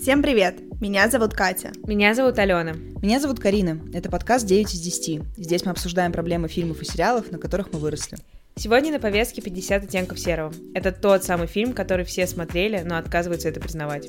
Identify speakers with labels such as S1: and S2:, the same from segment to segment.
S1: Всем привет! Меня зовут Катя.
S2: Меня зовут Алена.
S3: Меня зовут Карина. Это подкаст 9 из 10. Здесь мы обсуждаем проблемы фильмов и сериалов, на которых мы выросли.
S2: Сегодня на повестке 50 оттенков серого. Это тот самый фильм, который все смотрели, но отказываются это признавать.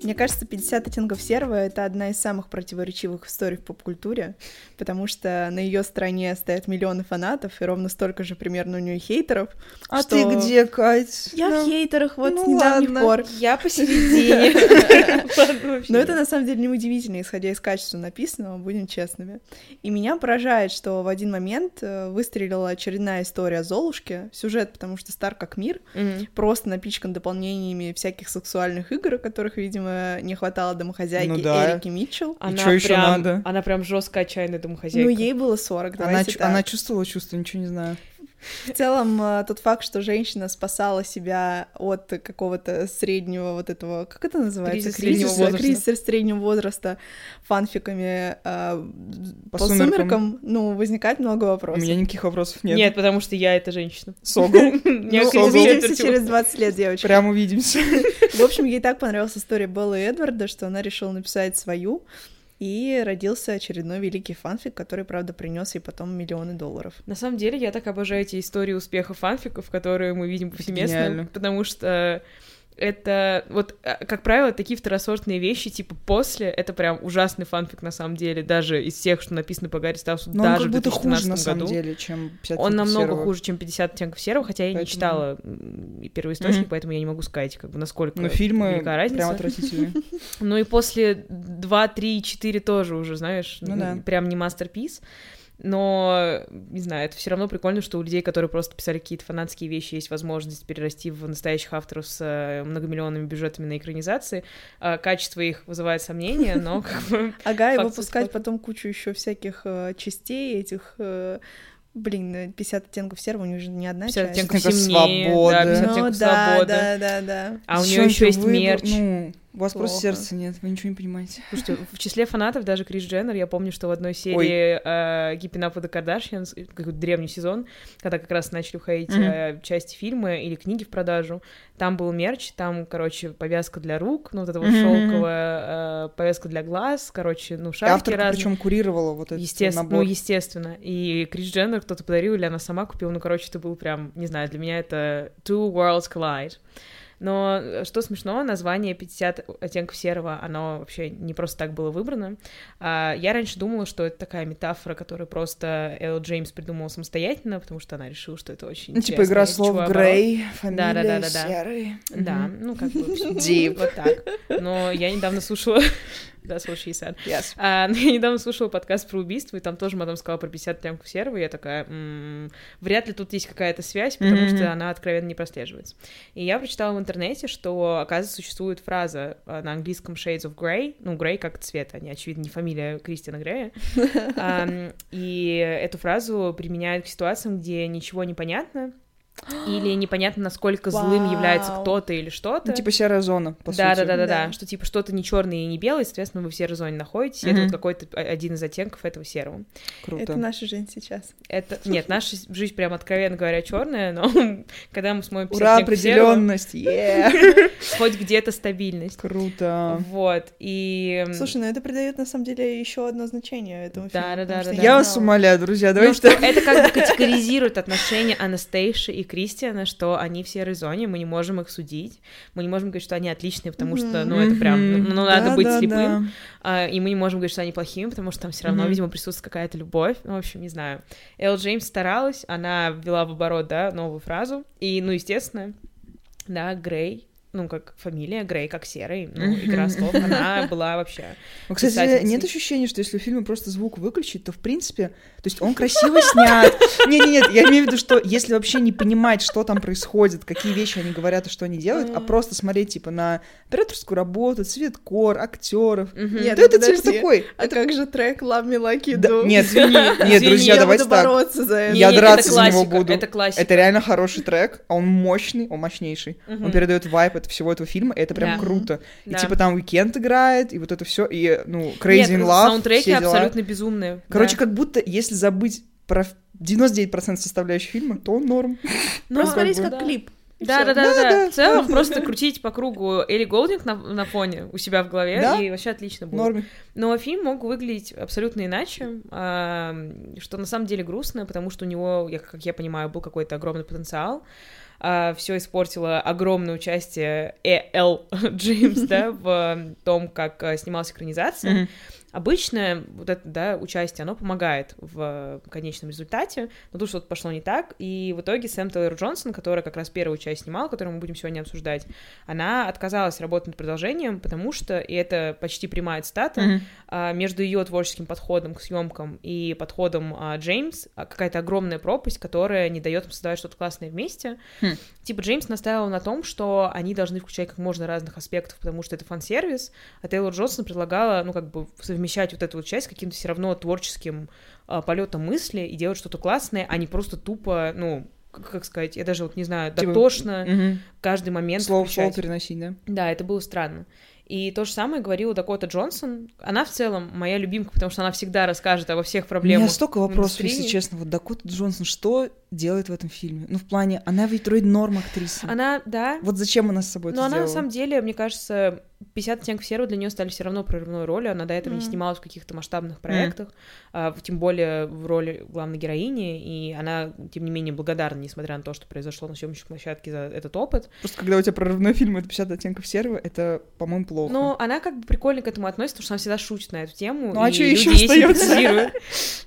S1: Мне кажется, 50 оттенков серого — это одна из самых противоречивых историй в поп-культуре, потому что на ее стороне стоят миллионы фанатов, и ровно столько же примерно у нее хейтеров.
S3: А
S1: что-
S3: ты где, Кать?
S1: Я
S3: Да.
S1: в хейтерах вот
S3: Ну
S1: с недавних
S3: ладно.
S1: пор.
S2: Я посередине. Ладно, вообще.
S1: Но Ну, это на самом деле неудивительно, исходя из качества написанного, будем честными. И меня поражает, что в один момент э, выстрелила очередная история о Золушке, сюжет, потому что стар как мир,
S2: Мгм.
S1: просто напичкан дополнениями всяких сексуальных игр, которых, видимо, не хватало домохозяйки
S3: Ну да.
S1: Эрики Митчелл.
S2: Она
S3: чё ещё
S2: прям-
S3: надо?
S2: Она прям жестко отчаянная домохозяйка.
S1: Ну, ей было 40,
S3: Она,
S1: давайте
S3: чу-
S1: так.
S3: она чувствовала чувство, ничего не знаю.
S1: В целом, э, тот факт, что женщина спасала себя от какого-то среднего вот этого... Как это называется?
S2: Кризис среднего возраста.
S1: Кризис среднего возраста фанфиками э, по,
S3: По
S1: сумеркам.
S3: «Сумеркам».
S1: ну, возникает много
S3: У
S1: вопросов.
S3: меня никаких вопросов нет.
S2: Нет, потому что я эта женщина.
S3: Согл.
S2: Я
S1: Ну,
S2: кризис
S1: увидимся
S2: четверти.
S1: через 20 лет, девочки.
S3: Прям увидимся.
S1: В общем, ей так понравилась история Беллы и Эдварда, что она решила написать свою, и родился очередной великий фанфик, который, правда, принес ей потом миллионы долларов.
S2: На самом деле, я так обожаю эти истории успеха фанфиков, которые мы видим повсеместно,
S3: Гениально.
S2: потому что это вот, э, как правило, такие второсортные вещи, типа после, это прям ужасный фанфик на самом деле, даже из тех, что написано по Гарри Сталсу,
S3: Но он
S2: даже
S3: как
S2: в
S3: будто хуже,
S2: 2013
S3: на самом
S2: году.
S3: деле, чем 50
S2: Он намного
S3: серого.
S2: хуже, чем 50 оттенков серого, хотя я не
S3: Поэтому-
S2: читала м, и первоисточник,
S3: Мгм.
S2: поэтому я не могу сказать, как бы насколько
S3: Но Ну, фильмы
S2: велика разница.
S3: прям отвратительные.
S2: Ну и после 2, 3, 4 тоже уже, знаешь,
S3: Ну
S2: н-
S3: да.
S2: прям не мастерпис. Но, не знаю, это все равно прикольно, что у людей, которые просто писали какие-то фанатские вещи, есть возможность перерасти в настоящих авторов с э, многомиллионными бюджетами на экранизации. А Качество их вызывает сомнения, но как бы...
S1: Ага, и
S2: Факт
S1: выпускать
S2: состоит.
S1: потом кучу еще всяких э, частей этих... э, блин, э, 50 оттенков серого, у них же не одна
S2: 50
S1: часть.
S2: оттенков
S3: оттенков
S2: темнее, да,
S3: свободы.
S2: 50
S1: Ну
S2: оттенков
S1: да,
S2: свободы.
S1: да, да, да.
S2: А у
S3: Зачем
S2: нее еще есть
S3: вы-
S2: мерч.
S3: Ну, у вас
S1: Плохо.
S3: просто сердца нет, вы ничего не понимаете.
S2: Слушайте, в числе фанатов даже Крис Дженнер, я помню, что в одной серии э, Keeping Up with the Kardashians, э, какой-то древний сезон, когда как раз начали уходить
S3: Мгм.
S2: э, части фильма или книги в продажу, там был мерч, там, короче, повязка для рук, ну, вот эта вот
S3: Мгм.
S2: шелковая э, повязка для глаз, короче, ну,
S3: И
S2: шапки
S3: Авторка
S2: разные.
S3: причем курировала вот этот
S2: Естественно, ну,
S3: набор.
S2: естественно. И Крис Дженнер кто-то подарил, или она сама купила. Ну, короче, это был прям, не знаю, для меня это Two Worlds Collide. Но э, что смешно, название 50 оттенков серого, оно вообще не просто так было выбрано. А, Я раньше думала, что это такая метафора, которую просто Эл Джеймс придумала самостоятельно, потому что она решила, что это очень
S3: Ну, типа игра
S2: интересный
S3: слов
S2: речевой оборот.
S3: Грей, фамилия
S2: Да-да-да-да-да.
S3: серый.
S2: Да,
S3: Мгм.
S2: ну как бы всё,
S3: Deep.
S2: вот так. Но я недавно слушала... Да, слушай, Исан.
S3: Yes.
S2: А, ну, я недавно слушала подкаст про убийство, и там тоже мадам сказала про 50 оттенков серого, и я такая, «М, вряд ли тут есть какая-то связь, потому
S3: Мгм.
S2: что она откровенно не прослеживается. И я прочитала в интернете, что, оказывается, существует фраза а, на английском shades of grey, ну, grey как цвет, они, очевидно, не фамилия Кристиана Грея, Ам, и эту фразу применяют к ситуациям, где ничего не понятно, или непонятно, насколько злым является
S1: Вау.
S2: кто-то или что-то.
S3: Ну, типа серая зона,
S2: Да,
S3: по сути.
S2: да, да, да, да,
S1: Да.
S2: Что типа что-то не черное и не белое, соответственно, вы в серой зоне находитесь. и Это
S3: Мгм.
S2: вот какой-то о- один из оттенков этого серого.
S3: Круто.
S1: Это наша жизнь сейчас.
S2: Это нет, наша с- жизнь прям откровенно говоря черная, но когда мы смотрим
S3: Ура,
S2: оттенков типа серого,
S3: определенность. е
S2: хоть где-то стабильность.
S3: Круто.
S2: Вот и м,
S1: Слушай, ну это придает на самом деле еще одно значение этому фильму.
S2: Да-да-да-да-да.
S1: потому что
S2: Да.
S1: не
S3: Я вас
S1: знала.
S3: умоляю, друзья,
S2: ну,
S3: давайте...
S2: что это как бы категоризирует отношения Анастейши и Кристиана, что они в серой зоне, мы не можем их судить, мы не можем говорить, что они отличные, потому что, ну, это прям, ну,
S3: Мгм.
S2: ну, надо быть
S3: Да-да-да.
S2: слепым, А, и мы не можем говорить, что они плохими, потому что там все равно,
S3: Мгм.
S2: видимо, присутствует какая-то любовь. Ну, в общем, не знаю. Эл Джеймс старалась, она ввела в оборот, да, новую фразу. И, ну, естественно, да, Грей, ну, как фамилия, Грей как серый, ну, игра слов, она была вообще...
S3: Ну, кстати,
S2: писательницей.
S3: нет ощущения, что если у фильма просто звук выключить, то, в принципе, то есть он красиво снят. Не-не-нет, я имею в виду, что если вообще не понимать, что там происходит, какие вещи они говорят и что они делают, а
S2: Мгм.
S3: просто смотреть, типа, на операторскую работу, цвет кор, актеров.
S2: Мгм.
S1: Нет,
S3: Да это
S1: подожди.
S3: типа такой.
S1: А как же трек Love Me Like You
S3: Да,
S1: Do?
S3: Нет, нет,
S2: извини,
S3: друзья,
S1: я
S3: давайте
S1: буду
S3: так.
S1: бороться за это.
S2: Не,
S3: я
S2: не, это
S3: драться за него
S2: классика,
S3: буду.
S2: Это классика.
S3: Это реально хороший трек, а он мощный, он мощнейший.
S2: Мгм.
S3: Он передает вайп от всего этого фильма, и это
S1: Да.
S3: прям круто. И
S2: Да.
S3: типа там Уикенд играет, и вот это все, и ну Crazy
S2: Нет, э,
S3: in Love,
S2: саундтреки
S3: все дела.
S2: абсолютно безумные.
S3: Короче,
S2: да.
S3: как будто если забыть про 99% составляющих фильма, то он норм.
S1: Ну,
S2: Ну,
S1: смотрите,
S2: как
S1: как
S2: бы, ну да.
S1: клип.
S3: и
S2: Да,
S3: всё.
S2: да, да, да,
S3: Да-да-да.
S2: В целом просто крутить по кругу Элли Голдинг на, на фоне у себя в голове,
S3: Да?
S2: и вообще отлично будет.
S3: Норме.
S2: Но фильм мог выглядеть абсолютно иначе, а, что на самом деле грустно, потому что у него, я- как я понимаю, был какой-то огромный потенциал. Все испортило огромное участие Э.Л. Джеймс, да, в том, как а, снималась экранизация.
S3: Мгм.
S2: Обычно вот это, да, участие, оно помогает в э, конечном результате, но тут что-то пошло не так, и в итоге Сэм Тейлор Джонсон, которая как раз первую часть снимала, которую мы будем сегодня обсуждать, она отказалась работать над продолжением, потому что, и это почти прямая цитата,
S3: Мгм.
S2: а, между ее творческим подходом к съемкам и подходом а, Джеймс а, какая-то огромная пропасть, которая не дает им создавать что-то классное вместе.
S3: Хм.
S2: Типа Джеймс настаивал на том, что они должны включать как можно разных аспектов, потому что это фан-сервис, а Тейлор Джонсон предлагала, ну, как бы совмещать вот эту вот часть с каким-то все равно творческим а, полетом мысли и делать что-то классное, а не просто тупо, ну, к- как сказать, я даже вот не знаю,
S3: Типа,
S2: дотошно
S3: Мгм.
S2: каждый момент
S3: Слово в слово
S2: включать.
S3: переносить, да?
S2: Да, это было странно. И то же самое говорила Дакота Джонсон. Она в целом моя любимка, потому что она всегда расскажет обо всех
S3: У
S2: проблемах.
S3: меня столько вопросов, если
S2: индустрии.
S3: честно. Вот Дакота Джонсон что делает в этом фильме? Ну, в плане, она ведь вроде норм актриса.
S2: Она, да,
S3: Вот зачем она с собой
S2: но
S3: это
S2: она на
S3: сделала?
S2: самом деле, мне кажется, 50 оттенков серого для нее стали все равно прорывной ролью. Она до этого не
S1: Мгм.
S2: снималась в каких-то масштабных проектах, а, в- тем более в роли главной героини. И она, тем не менее, благодарна, несмотря на то, что произошло на съемочной площадке за этот опыт.
S3: Просто когда у тебя прорывной фильм, это 50 оттенков серого, это, по-моему, плохо.
S2: Но она как бы прикольно к этому относится, потому что она всегда шутит на эту тему.
S3: Ну, а
S2: и
S3: чё
S2: люди
S3: ещё
S2: ей
S3: остаётся?
S2: симпатизируют.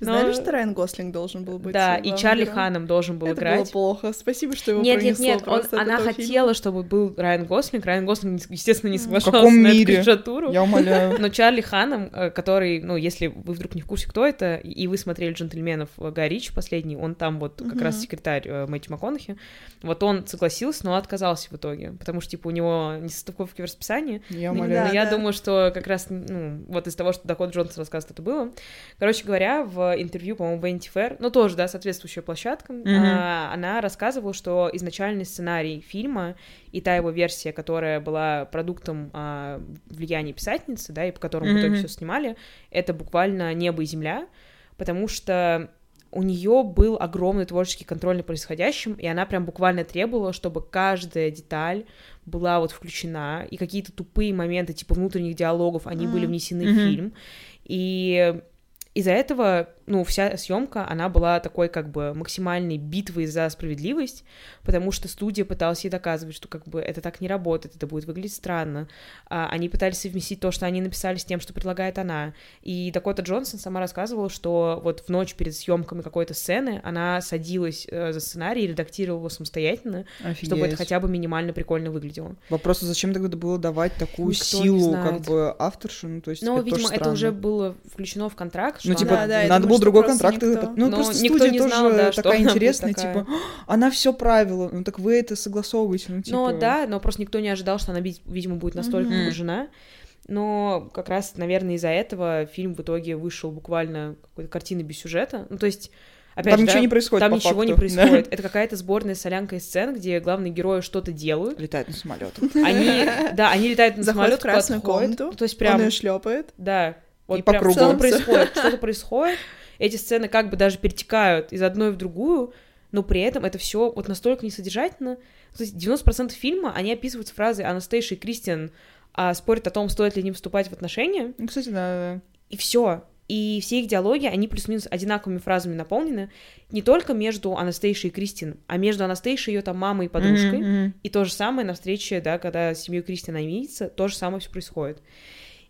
S2: Но-
S1: Знали, что Райан Гослинг должен был быть?
S2: Да,
S1: э,
S2: и
S1: главным
S2: Чарли
S1: героем?
S2: Ханом должен был
S1: это
S2: играть.
S1: было плохо. Спасибо, что его
S2: Нет, нет,
S1: пронесло
S2: нет, он-
S1: просто от
S2: она
S1: этого фильма.
S2: хотела, чтобы был Райан Гослинг. Райан Гослинг, не с- естественно, не
S1: Ну, В
S2: соглашался
S3: каком
S2: на
S3: мире?
S2: эту кандидатуру.
S3: Я умоляю.
S2: Но Чарли Ханом, э, который, ну, если вы вдруг не в курсе, кто это, и- и вы смотрели «Джентльменов» э, Гая Ричи последний, он там вот как
S1: Мгм.
S2: раз секретарь э, Мэтью МакКонахи, вот он согласился, но отказался в итоге, потому что, типа, у него несостыковки в расписании,
S3: Я
S2: ну,
S1: умоляю.
S2: ну,
S1: Да,
S2: я
S1: да.
S2: думаю, что как раз, ну, вот из того, что Дакот Джонс рассказывает, это было. Короче говоря, в интервью, по-моему, Vanity Fair, ну, тоже, да, соответствующая площадка,
S3: Мгм.
S2: а, она рассказывала, что изначальный сценарий фильма и та его версия, которая была продуктом а, влияния писательницы, да, и по которому в итоге
S3: Мгм.
S2: все снимали, это буквально небо и земля, потому что у нее был огромный творческий контроль над происходящим, и она прям буквально требовала, чтобы каждая деталь была вот включена, и какие-то тупые моменты, типа внутренних диалогов, они были
S1: Мгм.
S2: внесены в
S3: Мгм.
S2: фильм. И из-за этого, ну, вся съемка, она была такой как бы максимальной битвой за справедливость, потому что студия пыталась ей доказывать, что как бы это так не работает, это будет выглядеть странно. А, они пытались совместить то, что они написали, с тем, что предлагает она. И Дакота Джонсон сама рассказывала, что вот в ночь перед съемками какой-то сцены она садилась э, за сценарий и редактировала его самостоятельно, чтобы это
S3: Офигеть.
S2: хотя бы минимально прикольно выглядело.
S3: Вопрос, а зачем тогда было давать такую
S2: Никто не
S3: силу,
S2: знает.
S3: как бы, авторшу? Ну, то есть,
S2: Но,
S3: это тоже
S2: видимо, это
S3: странно.
S2: уже было включено в контракт, что
S3: Ну, типа,
S2: она-
S1: Да, да, я
S3: надо
S1: думаю,
S3: был
S1: что
S3: другой
S1: просто
S3: контракт
S1: никто-
S3: выпад. Ну,
S2: Но
S3: просто
S2: никто
S3: студия
S2: не
S3: тоже
S2: знал, да, что
S3: такая
S2: она будет
S3: интересная,
S2: такая.
S3: типа, «А, она все правила, ну так вы это согласовываете, ну типа...
S2: Ну да, но просто никто не ожидал, что она, вид- видимо, будет настолько
S1: Мгм.
S2: погружена. Но как раз, наверное, из-за этого фильм в итоге вышел буквально какой-то картины без сюжета. Ну, то есть, опять
S3: там
S2: же,
S3: ничего
S2: да,
S3: не происходит
S2: там
S3: по
S2: ничего не
S3: факту.
S2: происходит. Это какая-то сборная солянка из сцен, где главные герои что-то
S3: Да. Ну,
S2: делают.
S3: Летает на самолетах.
S2: Они, да, они летают на
S1: Заходит
S2: самолет,
S1: в красную
S2: подходят.
S1: комнату,
S2: То есть
S1: Он
S2: прям,
S1: ее шлепает.
S2: да. Вот
S3: И по
S2: прям
S3: кругу.
S2: что-то
S1: Солнце.
S2: происходит, что-то происходит. Эти сцены как бы даже перетекают из одной в другую, но при этом это все вот настолько несодержательно. То есть 90% фильма, они описываются фразой «Анастейша и Кристиан а, спорят о том, стоит ли им вступать в отношения»,
S3: Ну, кстати, да,
S2: и все. И все их диалоги, они плюс-минус одинаковыми фразами наполнены, не только между Анастейшей и Кристин, а между Анастейшей, ее там мамой и
S3: да.
S2: подружкой.
S3: Мгм, мгм.
S2: И то же самое на встрече, да, когда с семьей Кристина видится, то же самое все происходит.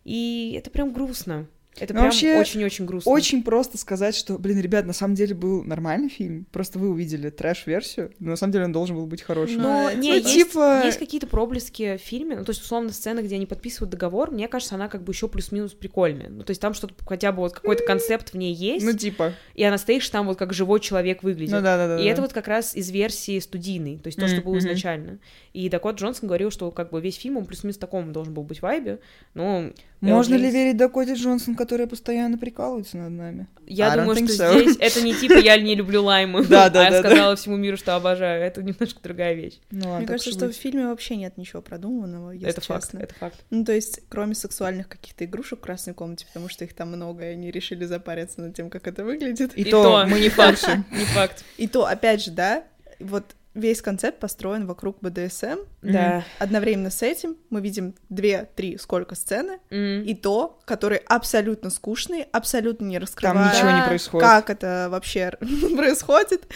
S2: И это прям грустно. Это
S3: Ну,
S2: прям
S3: вообще,
S2: очень-очень грустно.
S3: Очень просто сказать, что, блин, ребят, на самом деле был нормальный фильм, просто вы увидели трэш-версию, но на самом деле он должен был быть хорошим.
S1: Ну,
S2: Но
S1: э,
S2: не,
S3: ну,
S2: А, есть,
S3: типа-
S2: есть какие-то проблески в фильме, ну, то есть, условно, сцена, где они подписывают договор, мне кажется, она как бы еще плюс-минус прикольная. Ну, то есть, там что-то, хотя бы вот какой-то концепт в ней есть,
S3: Ну, типа,
S2: и она стоишь там вот как живой человек выглядит.
S3: ну да-да-да.
S2: И это вот как раз из версии студийной, то есть то,
S3: Мгм,
S2: что было
S3: мгм.
S2: изначально. И Дакот Джонсон говорил, что как бы весь фильм он плюс-минус в таком должен был быть вайбе, но... э,
S3: Можно ли
S2: LGS
S3: верить Дакоте Джонсон, которая постоянно прикалывается над нами?
S2: Я
S3: I don't
S2: думаю,
S3: think
S2: что
S3: so.
S2: здесь это не типа я не люблю лаймы,
S3: Да, да,
S2: а
S3: да,
S2: я
S3: да.
S2: сказала всему миру, что обожаю. Это немножко другая вещь.
S3: Ну, ладно,
S1: Мне
S3: так
S1: кажется,
S3: уж и
S1: что в
S3: быть.
S1: фильме вообще нет ничего продуманного, если
S2: Это факт,
S1: честно.
S2: это факт.
S1: Ну, то есть, кроме сексуальных каких-то игрушек в красной комнате, потому что их там много, и они решили запариться над тем, как это выглядит.
S3: И,
S2: И
S3: то,
S2: то.
S3: мы не факши.
S2: Не факт.
S1: И то, опять же, да, вот весь концепт построен вокруг БДСМ.
S2: Да.
S1: Одновременно с этим мы видим две, три, сколько сцены,
S2: М.
S1: и то, которые абсолютно скучные, абсолютно не
S3: Там
S1: раскрывают,
S3: ничего не
S2: Да.
S3: происходит.
S1: как это вообще происходит.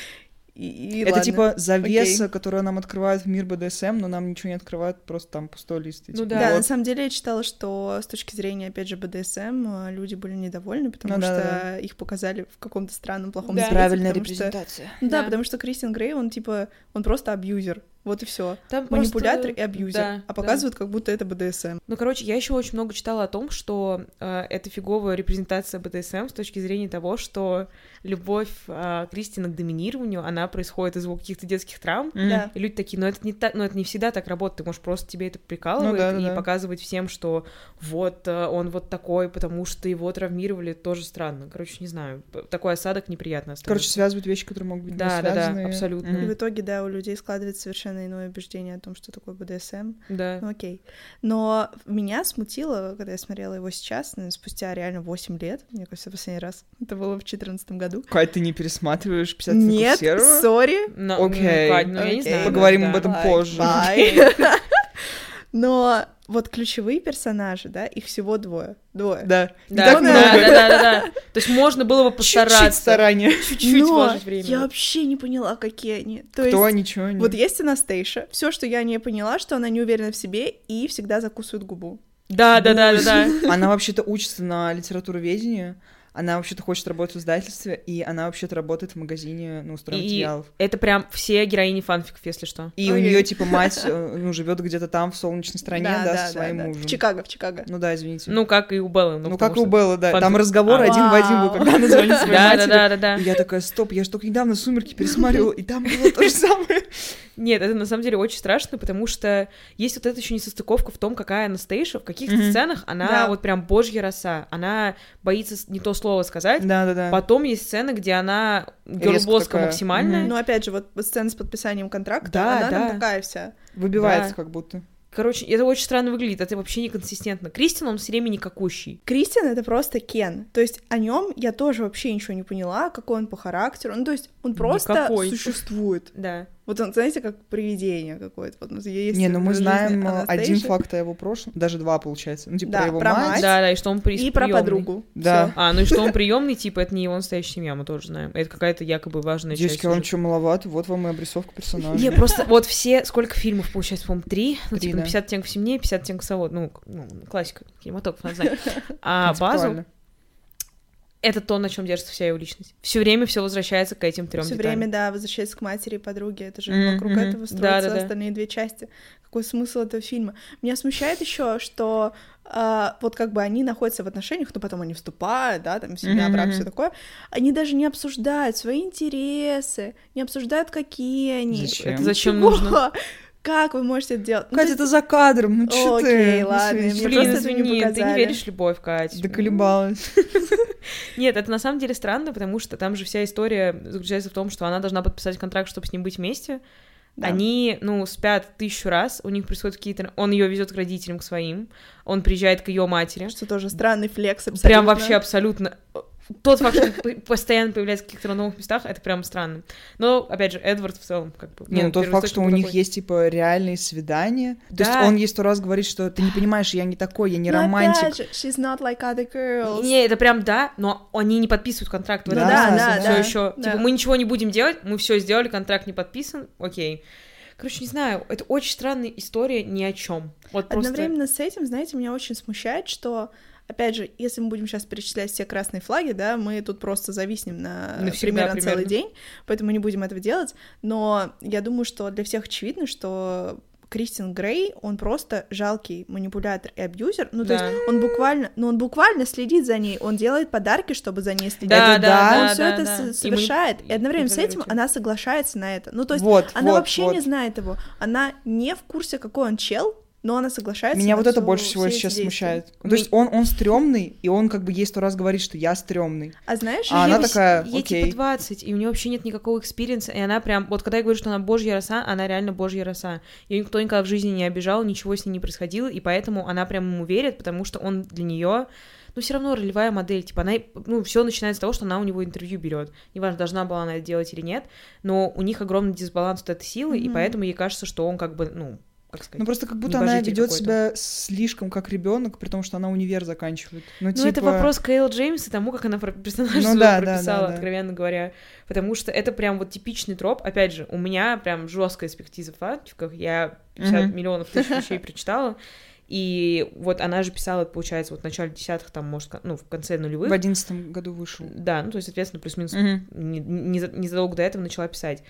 S1: И- и
S3: Это
S1: ладно.
S3: типа завеса, которая нам открывает в мир БДСМ, но нам ничего не открывает, просто там пустой лист. и
S2: Ну
S3: типа,
S1: Да,
S3: вот.
S1: на самом деле я читала, что с точки зрения, опять же, БДСМ э, люди были недовольны, потому
S3: Ну да,
S1: что
S3: да.
S1: их показали в каком-то странном плохом
S2: Да.
S1: свете,
S4: Правильная
S1: потому что-
S4: репрезентация.
S1: Ну Да,
S2: Да.
S1: потому что Кристин Грей, он типа, он просто абьюзер, вот и все.
S2: Там просто-
S1: Манипулятор и абьюзер.
S2: Да,
S1: а
S2: да.
S1: показывают, как будто это БДСМ.
S2: Ну, короче, я еще очень много читала о том, что э, это фиговая репрезентация БДСМ с точки зрения того, что любовь э, Кристина к доминированию, она происходит из каких-то детских травм.
S3: М.
S1: Да.
S2: И люди такие, ну это не так, ну это не всегда так работает, ты можешь просто тебе это прикалывает
S3: Ну да, да,
S2: и
S3: да.
S2: показывать всем, что вот э, он вот такой, потому что его травмировали, тоже странно. Короче, не знаю, п- такой осадок неприятно.
S3: Короче,
S2: остается.
S3: связывают вещи, которые могут быть
S2: Да,
S3: не
S2: да, да,
S3: связаны.
S2: абсолютно.
S1: И
S3: Мгм.
S1: в итоге, да, у людей складывается совершенно иное убеждение о том, что такое БДСМ.
S2: да.
S1: Ну, окей. Но меня смутило, когда я смотрела его сейчас, ну, спустя реально 8 лет, мне кажется, в последний раз. Это было в 2014 году.
S3: Кать, ты не пересматриваешь 50
S1: Нет,
S3: серого?
S1: сори.
S2: Ну, м,
S3: Окей.
S2: Кать, ну, я не
S1: Окей.
S2: знаю,
S3: Поговорим
S2: да.
S3: об этом
S1: Bye,
S3: позже.
S1: bye. Но вот ключевые персонажи, да, их всего двое. Двое.
S3: Да. Не
S2: Да,
S3: так
S2: да,
S3: много.
S2: да, да, да, да. То есть можно было бы
S3: Чуть-чуть
S2: постараться.
S3: старания.
S2: Чуть-чуть
S1: Но
S2: вложить время.
S1: я вообще не поняла, какие они. То
S3: Кто,
S1: есть,
S3: ничего не...
S1: вот есть Анастейша, все, что я не поняла, что она не уверена в себе и всегда закусывает губу.
S2: Да, да, да, да, да.
S3: Она вообще-то учится на литературоведении, она вообще-то хочет работать в издательстве, и она вообще-то работает в магазине, ну, стройматериалов.
S2: Это прям все героини фанфиков, если что.
S3: И у
S1: Окей.
S3: нее, типа, мать, э, ну, живет где-то там, в солнечной стране, да, со своим
S1: да.
S3: мужем.
S1: В Чикаго, в Чикаго.
S3: Ну да, извините.
S2: Ну, как и у Беллы.
S3: Ну,
S2: потому
S3: как и у
S2: что-
S3: Беллы, да.
S2: фан-
S3: Там разговор
S2: А.
S3: один в один был,
S1: Вау.
S3: когда она звонит своей
S2: Да, да,
S3: матери.
S2: да, да, да.
S3: И я такая, стоп, я же только недавно «Сумерки» пересматривала, и там было то же самое.
S2: Нет, это на самом деле очень страшно, потому что есть вот эта еще несостыковка в том, какая Анастейша, в каких
S3: Мгм.
S2: сценах она
S1: Да.
S2: вот прям божья роса. Она боится с- не то слово сказать.
S3: Да-да-да.
S2: Потом есть сцены, где она
S3: Резко
S2: герлбоска
S3: такая.
S2: максимально.
S3: Мгм.
S1: Ну, опять же, вот сцена с подписанием контракта,
S2: Да,
S1: она там
S2: да.
S1: такая вся.
S3: Выбивается
S2: Да.
S3: как будто.
S2: Короче, это очень странно выглядит, это вообще неконсистентно. Кристин, он все время никакущий.
S1: Кристиан это просто Кен. То есть о нем я тоже вообще ничего не поняла, какой он по характеру. Ну, то есть он просто
S2: Никакой.
S1: существует.
S2: Да.
S1: Вот он, знаете, как привидение какое-то. Вот, ну, есть
S3: Не, ну мы
S1: в жизни
S3: знаем э,
S1: Анастейши
S3: один факт о его прошлом, даже два, получается. Ну, типа,
S1: Да,
S3: про его
S1: про
S3: мать.
S1: мать.
S2: Да, да, и что он при...
S1: и про
S2: приёмный.
S1: подругу.
S3: Да.
S2: А, ну и что он приемный, типа, это не его настоящая семья, мы тоже знаем. Это какая-то якобы важная часть.
S3: Девочки, а вам
S2: сюжета.
S3: что, маловато? Вот вам и обрисовка
S1: Ну,
S3: персонажа.
S2: Не, просто вот все, сколько фильмов получается, по-моему, три, ну,
S3: Три,
S2: типа,
S3: да.
S2: 50 оттенков темнее, 50 оттенков сова, ну, к- ну, классика, кинематограф, надо знать. А базу,
S3: Концептуально.
S2: это то, на чем держится вся его личность. Все время все возвращается к этим трем
S1: Все
S2: деталям.
S1: время, да, возвращается к матери и подруге. Это же
S3: Мгм,
S1: вокруг
S3: мгм.
S1: этого строятся
S2: Да-да-да.
S1: остальные две части. Какой смысл этого фильма? Меня смущает еще, что а, вот как бы они находятся в отношениях, но потом они вступают, да, там семья,
S3: Мгм,
S1: брак,
S3: мгм.
S1: все такое. Они даже не обсуждают свои интересы, не обсуждают, какие они. Типа,
S3: Зачем?
S2: Это зачем
S1: Чего?
S2: нужно?
S1: Как вы можете это делать? Ну,
S3: Катя,
S1: то есть-
S3: это за кадром, ну что ты?
S1: Окей,
S3: Ну,
S1: ладно,
S3: смотри,
S1: мне
S3: чё
S2: Блин,
S1: просто это не
S2: извини, ты не
S1: показали.
S2: веришь в любовь, Кать.
S3: ты Доколебалась.
S2: Нет, это на самом деле странно, потому что там же вся история заключается в том, что она должна подписать контракт, чтобы с ним быть вместе.
S1: Да.
S2: Они, ну, спят тысячу раз, у них происходят какие-то... Он ее везет к родителям, к своим, он приезжает к ее матери.
S1: Что тоже странный флекс абсолютно.
S2: Прям вообще абсолютно... Тот факт, что он п- постоянно появляется в каких-то новых местах, это прям странно. Но, опять же, Эдвард в целом как бы...
S3: Не, ну тот факт, что у
S2: первоисточник
S3: них
S2: был
S3: есть, типа, реальные свидания. То есть
S2: Да.
S3: он ей сто раз говорит, что ты не понимаешь, я не такой, я не
S1: Но Ну опять
S3: романтик.
S1: же, she's not like other girls.
S2: такой. Не, это прям да, но они не подписывают контракт в
S1: Ну
S2: этом
S3: да,
S2: смысле.
S3: да,
S2: Всё
S1: да,
S2: ещё,
S1: да.
S2: Типа, мы ничего не будем делать, мы все сделали, контракт не подписан, окей. Короче, не знаю, это очень странная история ни о чем. Вот просто...
S1: Одновременно с этим, знаете, меня очень смущает, что, опять же, если мы будем сейчас перечислять все красные флаги, да, мы тут просто зависнем на
S2: Навсегда
S1: примерно, целый
S2: примерно.
S1: день, поэтому не будем этого делать. Но я думаю, что для всех очевидно, что Кристин Грей, он просто жалкий манипулятор и абьюзер. Ну, то
S2: Да.
S1: есть он буквально, ну, он буквально следит за ней, он делает подарки, чтобы за ней следить. А
S2: Да,
S3: Это
S2: да,
S3: да.
S1: он
S2: да,
S1: все
S2: да,
S1: это
S2: да.
S1: с-
S2: И мы-
S1: совершает. И, одновременно с этим
S2: контролируем.
S1: она соглашается на это. Ну, то есть
S3: Вот,
S1: она
S3: вот,
S1: вообще
S3: вот.
S1: не знает его. Она не в курсе, какой он чел, но она соглашается.
S3: Меня
S1: на
S3: вот это
S1: всё-
S3: больше
S1: все
S3: всего
S1: эти
S3: сейчас
S1: действия.
S3: смущает.
S2: Ну,
S3: То есть он, он стрёмный, и он как бы ей сто раз говорит, что я стрёмный.
S1: А знаешь,
S3: А
S1: я-
S3: она
S2: Ей вось-
S3: такая,
S2: Ей
S3: окей.
S2: типа 20, и у нее вообще нет никакого экспириенса, и она прям... Вот когда я говорю, что она божья роса, она реально божья роса. Ее никто никогда в жизни не обижал, ничего с ней не происходило, и поэтому она прям ему верит, потому что он для нее... но все равно ролевая модель, типа, она, ну, все начинается с того, что она у него интервью берет. Неважно, должна была она это делать или нет, но у них огромный дисбаланс вот этой силы, и
S1: Мгм.
S2: поэтому ей кажется, что он как бы, ну, как сказать.
S3: Ну просто как будто она
S2: небожитель
S3: ведет
S2: какой-то.
S3: себя слишком как ребенок, при том, что она универ заканчивает. Ну,
S2: Ну, это
S3: типа,
S2: вопрос Кейл Джеймс и тому, как она про- персонажа
S3: Ну
S2: своего
S3: да, да,
S2: прописала,
S3: да, да.
S2: откровенно говоря. Потому что это прям вот типичный троп. Опять же, у меня прям жесткая экспертиза в фанфиках. Я 50
S3: Мгм.
S2: миллионов тысяч вещей прочитала. И вот она же писала, получается, вот в начале десятых, там, может, кон- ну, в конце нулевых.
S3: В одиннадцатом году вышел.
S2: Да, ну, то есть, соответственно, плюс-минус
S3: Мгм.
S2: не- не- незадолго до этого начала писать.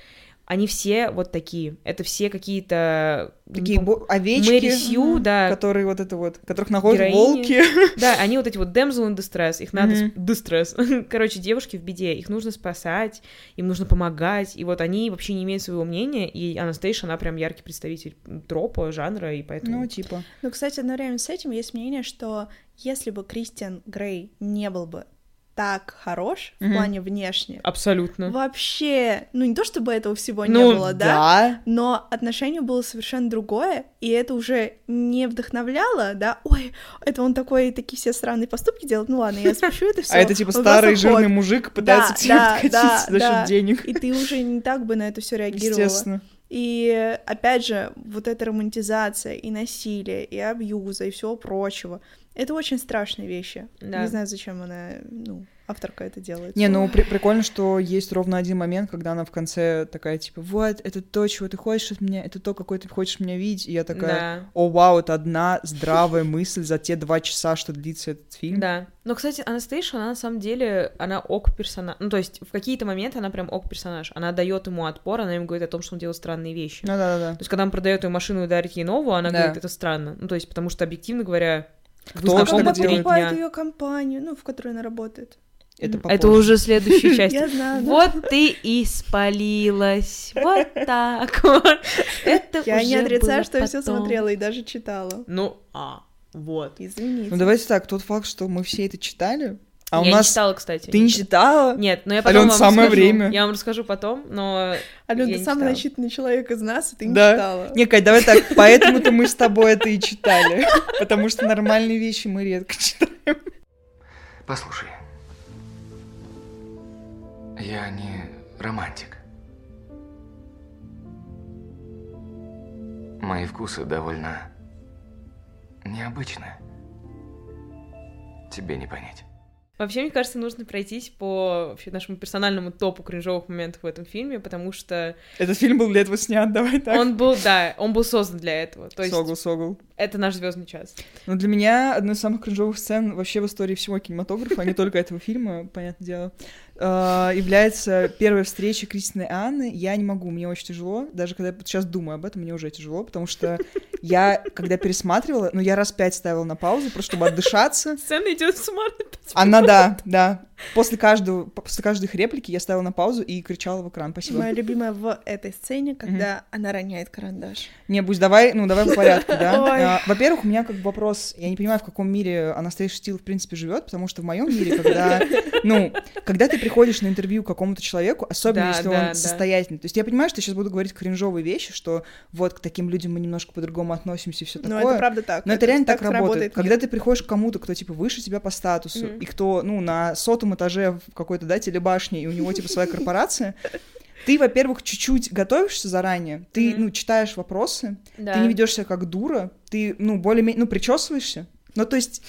S2: Они все вот такие. Это все какие-то... не
S3: Такие
S2: помню,
S3: бо- овечки,
S2: Мэри Сью,
S1: А,
S2: да,
S3: которые вот это вот, которых находят
S2: Героини.
S3: волки.
S2: Да, они вот эти вот damsel in distress, их надо...
S3: Мгм.
S2: сп- distress. Короче, девушки в беде, их нужно спасать, им нужно помогать, и вот они вообще не имеют своего мнения, и Анастейша, она прям яркий представитель тропа, жанра, и поэтому...
S3: Ну, типа.
S1: Ну, кстати, одновременно с этим есть мнение, что если бы Кристиан Грей не был бы так хорош в
S3: Мгм. Ну.
S1: плане внешне,
S2: Абсолютно.
S1: вообще, ну не то чтобы этого всего
S2: Ну,
S1: не было, да? Но отношение было совершенно другое, и это уже не вдохновляло, да, ой, это он такой, такие все сраные поступки делает, ну ладно, я спущу это все.
S3: А это типа старый жирный мужик пытается
S1: Да,
S3: тебе
S1: да,
S3: подкатиться
S1: да,
S3: за счет
S1: да.
S3: денег.
S1: И ты уже не так бы на это все реагировала.
S3: Естественно.
S1: И опять же, вот эта романтизация и насилие, и абьюза, и всего прочего. Это очень страшные вещи.
S2: Да.
S1: Не знаю, зачем она, ну, авторка это делает. А
S3: Не, ну при- прикольно, что есть ровно один момент, когда она в конце такая, типа, вот, это то, чего ты хочешь от меня, это то, какой ты хочешь меня видеть. И я такая, о, вау, это одна здравая мысль за те два часа, что длится этот
S2: Да,
S3: фильм.
S2: да. Но, кстати, Анастейша, она на самом деле, она ок персонаж. Ну, то есть в какие-то моменты она прям ок персонаж. Она дает ему отпор, она ему говорит о том, что он делает странные вещи.
S3: Ну да, да,
S2: То есть, когда он продает ее машину и дарит ей новую, она
S3: Да.
S2: говорит, это странно. Ну, то есть, потому что, объективно говоря,
S3: Кто
S2: вы
S3: ж
S1: а
S3: так
S2: знакомы
S1: потом
S3: делает?
S2: три
S1: покупает
S2: дня.
S1: ее компанию, ну, в которой она работает.
S3: Это
S2: Это,
S3: попозже.
S2: уже следующая часть.
S1: Я знаю. да.
S2: Вот ты и спалилась. Вот так вот. Это
S1: Я не
S2: уже было
S1: отрицаю, что я все
S2: потом.
S1: смотрела и даже читала.
S2: Ну, а, вот.
S1: Извините.
S3: Ну давайте так, тот факт, что мы все это читали, а у
S2: я
S3: нас...
S2: не читала, кстати.
S3: Ты не читала?
S2: Нет, но я потом
S3: Алён,
S2: вам
S3: самое
S2: расскажу.
S3: время.
S2: Я вам расскажу потом, но...
S1: Алён,
S2: я
S1: ты
S2: не
S1: самый
S2: читала.
S1: начитанный человек из нас, и ты не
S3: Да.
S1: читала.
S3: Не, Кать, давай так, поэтому-то мы с тобой это и читали. Потому что нормальные вещи мы редко читаем.
S4: Послушай. Я не романтик. Мои вкусы довольно необычны. Тебе не понять.
S2: Вообще, мне кажется, нужно пройтись по вообще нашему персональному топу кринжовых моментов в этом фильме, потому что
S3: Этот фильм был для этого снят, давай так.
S2: он был, да, он был создан для этого. То есть
S3: Согл, согл.
S2: это наш звездный час.
S3: Но для меня одна из самых кринжовых сцен вообще в истории всего кинематографа, а не только этого фильма, понятное дело, э, является первая встреча Кристины и Анны. Я не могу, мне очень тяжело. Даже когда я вот сейчас думаю об этом, мне уже тяжело, потому что я, когда пересматривала, ну, я раз пять ставила на паузу, просто чтобы отдышаться,
S2: Сцена идет суммарно.
S3: Она, да, да. После, каждого, после каждой их реплики я ставила на паузу и кричала в экран. Спасибо.
S1: Моя любимая в этой сцене, когда она роняет карандаш.
S3: Не, Бусь, давай, ну, давай по порядку,
S1: Ой.
S3: да. А, Во-первых, у меня как бы вопрос, я не понимаю, в каком мире Анастейша Стил, в принципе, живет, потому что в моем мире, когда, ну, когда ты приходишь на интервью к какому-то человеку, особенно
S2: Да,
S3: если
S2: да,
S3: он
S2: да.
S3: состоятельный, то есть я понимаю, что я сейчас буду говорить кринжовые вещи, что вот к таким людям мы немножко по-другому относимся и все
S2: Ну,
S1: Но
S3: такое.
S1: это правда так.
S3: Но это, реально так, работает.
S1: мир.
S3: Когда ты приходишь к кому-то, кто типа выше тебя по статусу,
S2: Мгм.
S3: и кто, ну, на сотом этаже в какой-то, да, телебашне, и у него типа своя корпорация, ты, во-первых, чуть-чуть готовишься заранее, ты,
S2: Мгм.
S3: ну, читаешь вопросы,
S2: Да.
S3: ты не ведешь себя как дура, ты, ну, более-менее, ну, причесываешься. Ну, то есть,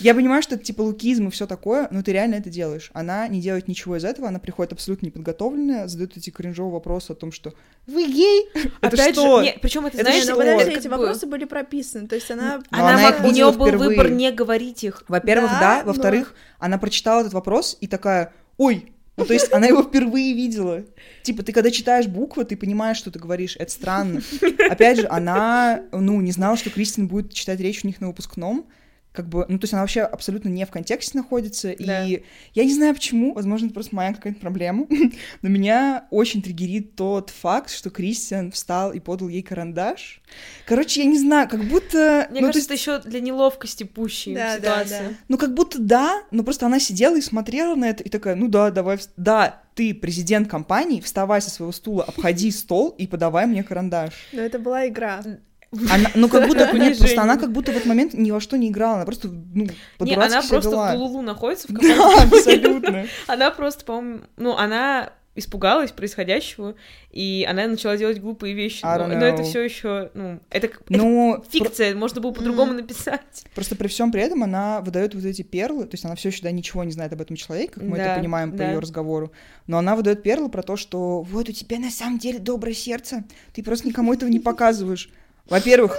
S3: я понимаю, что это типа лукизм и все такое, но ты реально это делаешь. Она не делает ничего из этого, она приходит абсолютно неподготовленная, задает эти кринжовые вопросы о том, что «Вы гей?» Это
S2: Опять
S3: что?
S2: же, причем это,
S3: Это
S2: знаешь,
S3: что?
S1: ну,
S2: это
S1: подожди,
S2: как
S1: эти
S2: бы-
S1: вопросы были прописаны, то есть она...
S2: Ну,
S3: Но
S2: Она,
S3: Ну, она
S2: мог-
S3: их
S2: у нее
S3: видела
S2: был
S3: впервые.
S2: выбор не говорить их.
S3: Во-первых,
S1: Да,
S3: да.
S1: но-
S3: Во-вторых, она прочитала этот вопрос и такая, ой, ну, то есть она его впервые видела. Типа, ты когда читаешь буквы, ты понимаешь, что ты говоришь. Это странно. Опять же, она, ну, не знала, что Кристин будет читать речь у них на выпускном. Как бы, ну, то есть она вообще абсолютно не в контексте находится.
S2: Да.
S3: И я не знаю почему, возможно, это просто моя какая-то проблема. Но меня очень триггерит тот факт, что Кристиан встал и подал ей карандаш. Короче, я не знаю, как будто...
S2: Мне
S3: ну, то
S2: кажется, это еще для неловкости пущей
S1: Да, да,
S2: ситуации.
S3: ну, как будто да, но просто она сидела и смотрела на это, и такая, ну да, давай, вс- да, ты президент компании, вставай со своего стула, обходи стол и подавай мне карандаш.
S1: Но это ну, была игра.
S3: Она- ну, как будто,
S2: Унижение.
S3: нет, просто она как будто в этот момент ни во что не играла, она просто, ну,
S2: Не,
S3: по-дурацки
S2: она
S3: себя
S2: просто
S3: вела.
S2: в Тулулу находится в каком-то
S3: Да, абсолютно.
S2: Она просто, по-моему, ну, она испугалась происходящего, и она начала делать глупые вещи.
S3: I
S2: Но,
S3: don't
S2: но это
S3: know.
S2: все еще, ну, это, к- это
S3: Ну, про-
S2: фикция, можно было по-другому написать.
S3: просто при всем при этом она выдает вот эти перлы, то есть она все еще да, ничего не знает об этом человеке, как мы
S2: Да,
S3: это понимаем по
S2: да.
S3: ее разговору, но она выдает перлы про то, что вот у тебя на самом деле доброе сердце, ты просто никому этого не показываешь. Во-первых,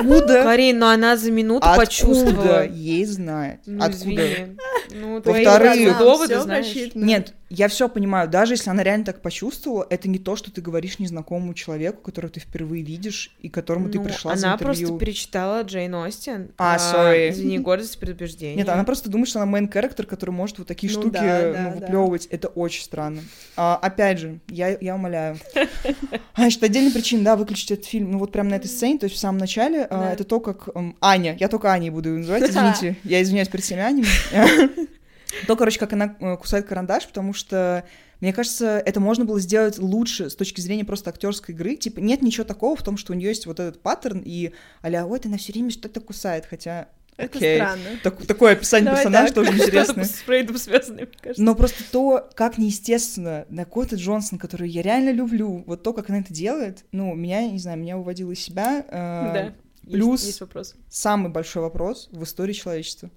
S3: откуда,
S2: Карин, но она за минуту
S3: откуда ей знает?
S2: Ну,
S3: Откуда?
S2: извини. Ну,
S3: Во-вторых-
S2: твои
S3: Во-вторых,
S2: доводы, знаешь.
S3: Ну, Нет, я все понимаю. Даже если она реально так почувствовала, это не то, что ты говоришь незнакомому человеку, которого ты впервые видишь и которому ты
S2: Ну,
S3: пришла за
S2: она просто
S3: интервью.
S2: перечитала Джейн Остин.
S3: А, sorry.
S2: Извини, гордость и предубеждение.
S3: Нет, она просто думает, что она main character, который может вот такие
S1: Ну
S3: штуки
S1: да, да,
S3: ну,
S1: да.
S3: выплевывать. Это очень странно. А, опять же, я, я умоляю. Значит, отдельная причина, да, выключить этот фильм. Ну вот прям на этой сцене, то есть в самом начале, а,
S2: Да.
S3: это то, как м, Аня, я только Аней буду её называть, извините, я извиняюсь перед всеми Анями. То, короче, как она э, кусает карандаш, потому что, мне кажется, это можно было сделать лучше с точки зрения просто актерской игры. Типа, нет ничего такого в том, что у нее есть вот этот паттерн, и а-ля, ой, она все время что-то кусает, хотя...
S1: Это
S3: окей.
S1: странно.
S3: Так- такое описание
S1: Давай
S3: персонажа
S1: так.
S3: тоже
S2: Что-то
S3: интересно.
S2: с Фрейдом связано, мне кажется.
S3: Но просто то, как неестественно Дакота Джонсон, которую я реально люблю, вот то, как она это делает, ну, меня, не знаю, меня уводило из себя. Э,
S2: Да. Есть-
S3: плюс-
S2: Есть вопрос.
S3: Самый большой вопрос в истории человечества.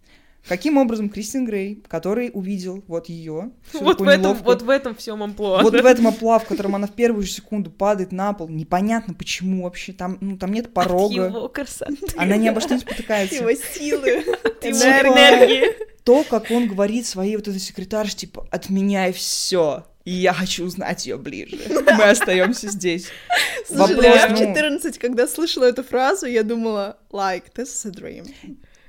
S3: Каким образом Кристин Грей, который увидел вот ее,
S2: Вот в этом, вот в этом всем амплуа.
S3: вот
S2: да.
S3: в этом опла, в котором она в первую же секунду падает на пол, непонятно почему вообще, там, ну, там нет
S2: От
S3: порога,
S2: его красоты.
S3: Ну, она ни обо что не спотыкается.
S1: Его силы,
S3: его
S1: энергия.
S3: то, как он говорит своей вот этой секретарше, типа, отменяй все, и я хочу узнать ее ближе. Мы остаемся здесь.
S1: Слушай, ну,
S3: Вопрос,
S1: я в
S3: ну-
S1: 14, когда слышала эту фразу, я думала, like, this is a dream.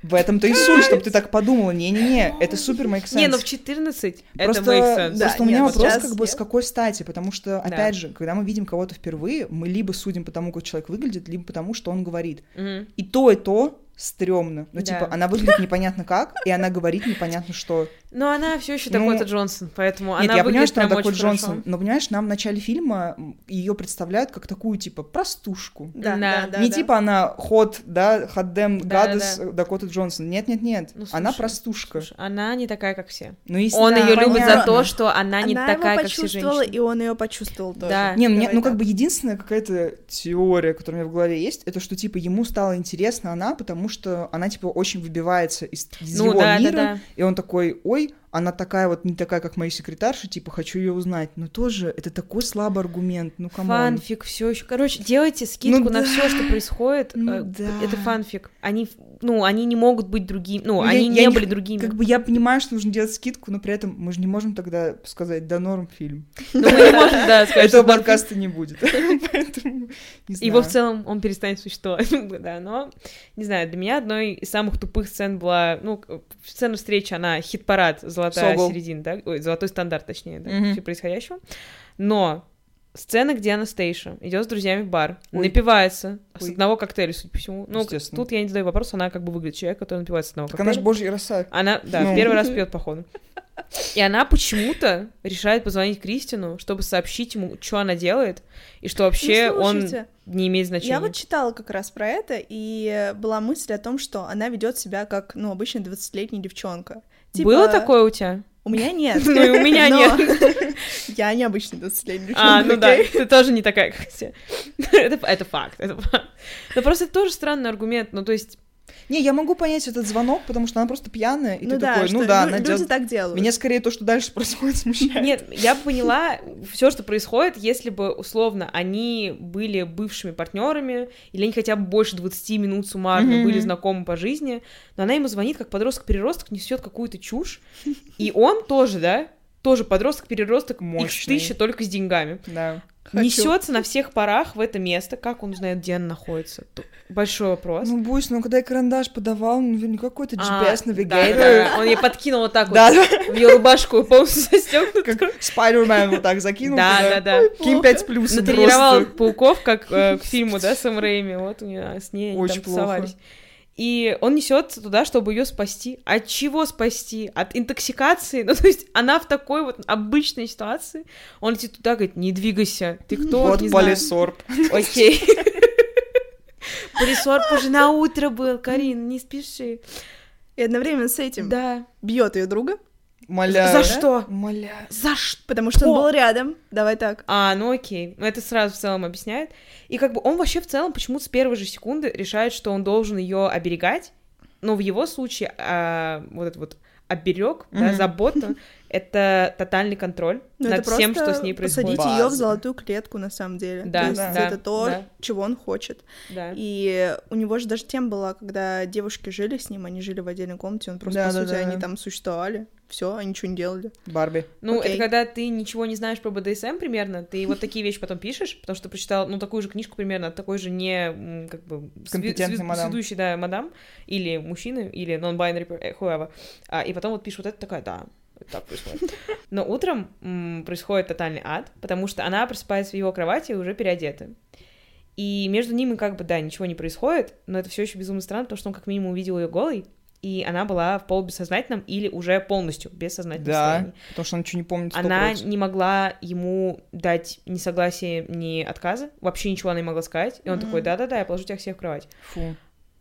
S3: В этом-то и суть, чтобы ты так подумала. Не-не-не, это супер make sense.
S2: Не, ну в 14 это
S3: Просто,
S2: makes sense.
S1: да.
S3: просто у меня
S1: нет,
S3: вопрос,
S1: сейчас
S3: как бы, с
S1: нет.
S3: какой стати, потому что, опять
S2: Да.
S3: же, когда мы видим кого-то впервые, мы либо судим по тому, как человек выглядит, либо потому, что он говорит.
S2: Мгм.
S3: И то, и то стрёмно. Ну,
S2: Да.
S3: типа, она выглядит непонятно как, и она говорит непонятно что.
S2: Но она все еще
S3: Ну,
S2: Дакота Джонсон, поэтому
S3: Нет,
S2: она
S3: я понимаю,
S2: выглядит
S3: что она
S2: прям
S3: такой
S2: очень хорошо.
S3: Джонсон, но понимаешь, нам в начале фильма ее представляют как такую типа простушку.
S1: Да,
S2: Да.
S1: да, да.
S3: не
S1: да.
S3: типа она ход, да, ходдем
S2: Да-да-да.
S3: гадес Дакота Джонсон. Нет, нет, нет.
S2: Ну,
S3: она
S2: слушай,
S3: простушка.
S2: Слушай, она не такая, как все.
S3: Ну, если-
S2: Он
S1: Да,
S2: ее любит за
S1: понятно.
S2: то, что она, не
S1: Она
S2: такая,
S1: его
S2: как все
S1: почувствовала,
S2: женщины.
S1: и он ее почувствовал тоже.
S2: Да.
S3: Не, мне,
S1: Давай
S3: ну как
S1: так.
S3: бы единственная какая-то теория, которая у меня в голове есть, это что типа ему стало интересно она, потому что она типа очень выбивается из, из
S2: Ну
S3: его
S2: да, да,
S3: мира,
S2: да.
S3: и он такой, ой, она такая вот не такая, как мои секретарши, типа хочу ее узнать. Но тоже это такой слабый аргумент, ну камон.
S2: Фанфик, все еще. Короче, делайте скидку
S3: Ну
S2: на
S3: да.
S2: все, что происходит.
S3: Ну
S2: Э,
S3: да.
S2: Это фанфик. Они, ф- ну, они не могут быть другими. Ну,
S3: Ну, я-
S2: они
S3: я
S2: не
S3: не-
S2: были другими.
S3: Как бы я понимаю, что нужно делать скидку, но при этом мы же не можем тогда сказать, да норм фильм.
S2: Ну, мы не можем, да, сказать, что
S3: Этого
S2: фанфик.
S3: подкаста не будет. Поэтому не знаю.
S2: Его в целом он перестанет существовать, да, но, не знаю, для меня одной из самых тупых сцен была, ну, к- сцена встречи, она хит-парад «Золотая
S3: Согл.
S2: середина», да, ой, «Золотой стандарт», точнее, да,
S3: Мгм.
S2: всё происходящего, но сцена, где Анастейша идет с друзьями в бар,
S3: Ой.
S2: напивается с
S3: Ой.
S2: одного коктейля, судя по всему, ну, к-
S3: Естественно.
S2: тут я не задаю вопрос, она как бы выглядит человек, который напивается с одного
S3: Так а
S2: коктейля.
S3: она же божья роса.
S2: Она, да,
S3: Ну.
S2: в первый раз пьет, походу. И она почему-то решает позвонить Кристину, чтобы сообщить ему, что она делает, и что вообще
S1: Ну,
S2: он
S1: слушайте,
S2: не имеет значения.
S1: Я вот читала как раз про это, и э, была мысль о том, что она ведет себя как, ну, обычная 20-летняя девчонка. Типа,
S2: Было такое у тебя?
S1: У меня нет.
S2: Ну и у меня
S1: Но
S2: нет.
S1: Я не обычная 20-летняя девчонка.
S2: А, ну да,
S1: окей?
S2: ты тоже не такая, как все. Это это факт, это факт. Да просто это тоже странный аргумент, ну то есть...
S3: Не, я могу понять этот звонок, потому что она просто пьяная, и
S1: Ну
S3: ты
S1: да,
S3: такой, ну
S1: что
S3: да,
S1: лю-
S3: она
S1: люди
S3: делает...
S1: так делают.
S3: Меня скорее то, что дальше происходит, смущает.
S2: Нет, я бы поняла все, что происходит, если бы, условно, они были бывшими партнерами, или они хотя бы больше 20 минут суммарно
S3: Мгм.
S2: были знакомы по жизни, но она ему звонит, как подросток-переросток, несет какую-то чушь, и он тоже, да, тоже подросток-переросток, их
S3: Мощный.
S2: тысяча только с деньгами.
S3: Да.
S1: Хочу.
S2: несется на всех парах в это место. Как он узнает, где она находится? Т- Большой вопрос.
S3: Ну, Бусь, ну когда я карандаш подавал, ну, наверняка какой-то
S2: А,
S3: GPS
S2: да-да-да.
S3: навигатор.
S2: Он ей подкинул вот так вот
S3: Да, да,
S2: в ее рубашку полностью застегнут.
S3: как Спайдермен вот так закинул.
S2: Да, да, да.
S3: Ким 5 плюс.
S2: Натренировал пауков, как э, к фильму, да, Сэм Рэйми. Вот у нее с ней они
S3: Очень
S2: там
S3: плохо.
S2: тусовались. И он несется туда, чтобы ее спасти. От чего спасти? От интоксикации? Ну, то есть она в такой вот обычной ситуации. Он летит туда, говорит, не двигайся. Ты кто?
S3: Вот
S2: не знаю».
S3: полисорб.
S2: Окей. Пылесорб уже на утро был, Карин, не спеши.
S1: И одновременно с этим
S2: Да.
S1: бьет ее друга,
S3: Моля.
S2: За что?
S3: Моля.
S2: За что?
S1: потому что он
S2: О!
S1: был рядом. Давай так.
S2: А, ну окей. Ну это сразу в целом объясняет. И как бы он вообще в целом почему-то с первой же секунды решает, что он должен ее оберегать. Но в его случае а, вот этот вот оберег, да,
S3: Мгм.
S2: забота, это тотальный контроль
S1: Но
S2: над
S1: Ну, это
S2: всем,
S1: просто
S2: что с ней происходит.
S1: Посадить ее в
S3: База.
S1: золотую клетку, на самом деле.
S2: Да,
S1: То есть
S3: да,
S1: это то,
S2: да.
S1: чего он хочет.
S2: Да.
S1: И у него же даже тем была, когда девушки жили с ним, они жили в отдельной комнате, он просто, по
S3: Да-да-да.
S1: сути, они там существовали. Все, они ничего не делали.
S3: Барби.
S2: Ну,
S1: Окей.
S2: это когда ты ничего не знаешь про БДСМ примерно, ты вот такие вещи потом пишешь, потому что прочитал, ну, такую же книжку примерно, от такой же не, м, как бы, сви-
S3: Компетентной
S2: сви-
S3: мадам.
S2: сведущей, да, мадам, или мужчины, или non-binary, per- э, whoever, А, и потом вот пишешь вот это такая, да, вот так происходит. Но утром м, происходит тотальный ад, потому что она просыпается в его кровати уже переодета. И между ними как бы, да, ничего не происходит, но это все еще безумно странно, потому что он как минимум увидел ее голой, и она была в полубессознательном или уже полностью бессознательном состоянии
S3: Да. Потому что она ничего не помнит.
S2: она
S3: 100%.
S2: не могла ему дать ни согласия, ни отказа, вообще ничего она не могла сказать. И он
S1: Мгм.
S2: такой, да-да-да, я положу тебя всех в кровать.
S3: Фу.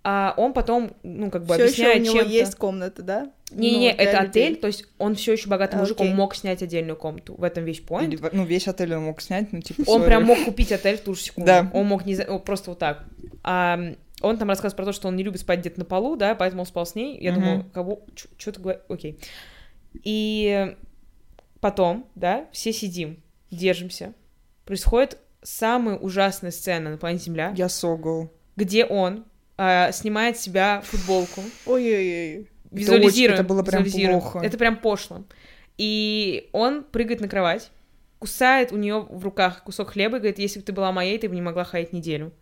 S2: А он потом, ну, как бы
S1: Все еще у
S2: объясняет,
S1: него
S2: чем
S1: есть комната, да?
S2: Не-не-не,
S1: Ну, для
S2: это
S1: людей.
S2: отель, то есть он все еще богатый
S1: А,
S2: мужик,
S1: окей.
S2: он мог снять отдельную комнату. В этом весь point.
S3: Или, ну, весь отель он мог снять, ну, типа,
S2: Он
S3: sorry.
S2: прям мог купить отель в ту же секунду.
S3: Да.
S2: Он мог не за- о, просто вот так. А, он там рассказывает про то, что он не любит спать где-то на полу, да, поэтому он спал с ней. Я
S3: Мгм.
S2: думаю, кого, что ты говоришь, окей. И потом, да, все сидим, держимся. Происходит самая ужасная сцена на планете Земля,
S3: Я согол.
S2: где он а, снимает с себя футболку,
S1: Ой-ой-ой.
S2: визуализируем.
S3: очень- это было прям
S2: визуализируем.
S3: плохо.
S2: Это прям пошло. И он прыгает на кровать, кусает у нее в руках кусок хлеба и говорит, если бы ты была моей, ты бы не могла ходить неделю.